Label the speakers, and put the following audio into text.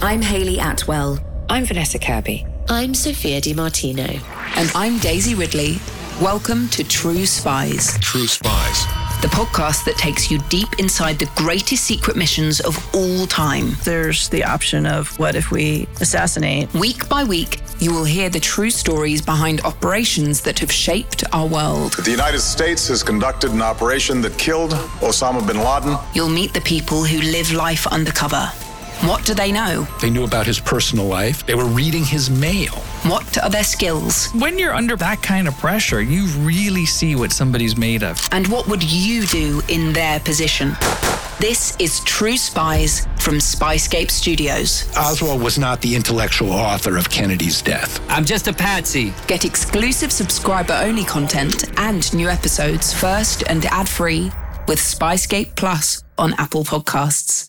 Speaker 1: I'm Hayley Atwell.
Speaker 2: I'm Vanessa Kirby.
Speaker 3: I'm Sophia Di Martino.
Speaker 4: And I'm Daisy Ridley. Welcome to True Spies.
Speaker 5: True Spies.
Speaker 4: The podcast that takes you deep inside the greatest secret missions of all time.
Speaker 6: There's the option of what if we assassinate?
Speaker 4: Week by week, you will hear the true stories behind operations that have shaped our world.
Speaker 7: The United States has conducted an operation that killed Osama bin Laden.
Speaker 4: You'll meet the people who live life undercover. What do they know?
Speaker 8: They knew about his personal life. They were reading his mail.
Speaker 4: What are their skills?
Speaker 9: When you're under that kind of pressure, you really see what somebody's made of.
Speaker 4: And what would you do in their position? This is True Spies from Spyscape Studios.
Speaker 8: Oswald was not the intellectual author of Kennedy's death.
Speaker 10: I'm just a patsy.
Speaker 4: Get exclusive subscriber only content and new episodes first and ad free with Spyscape Plus on Apple Podcasts.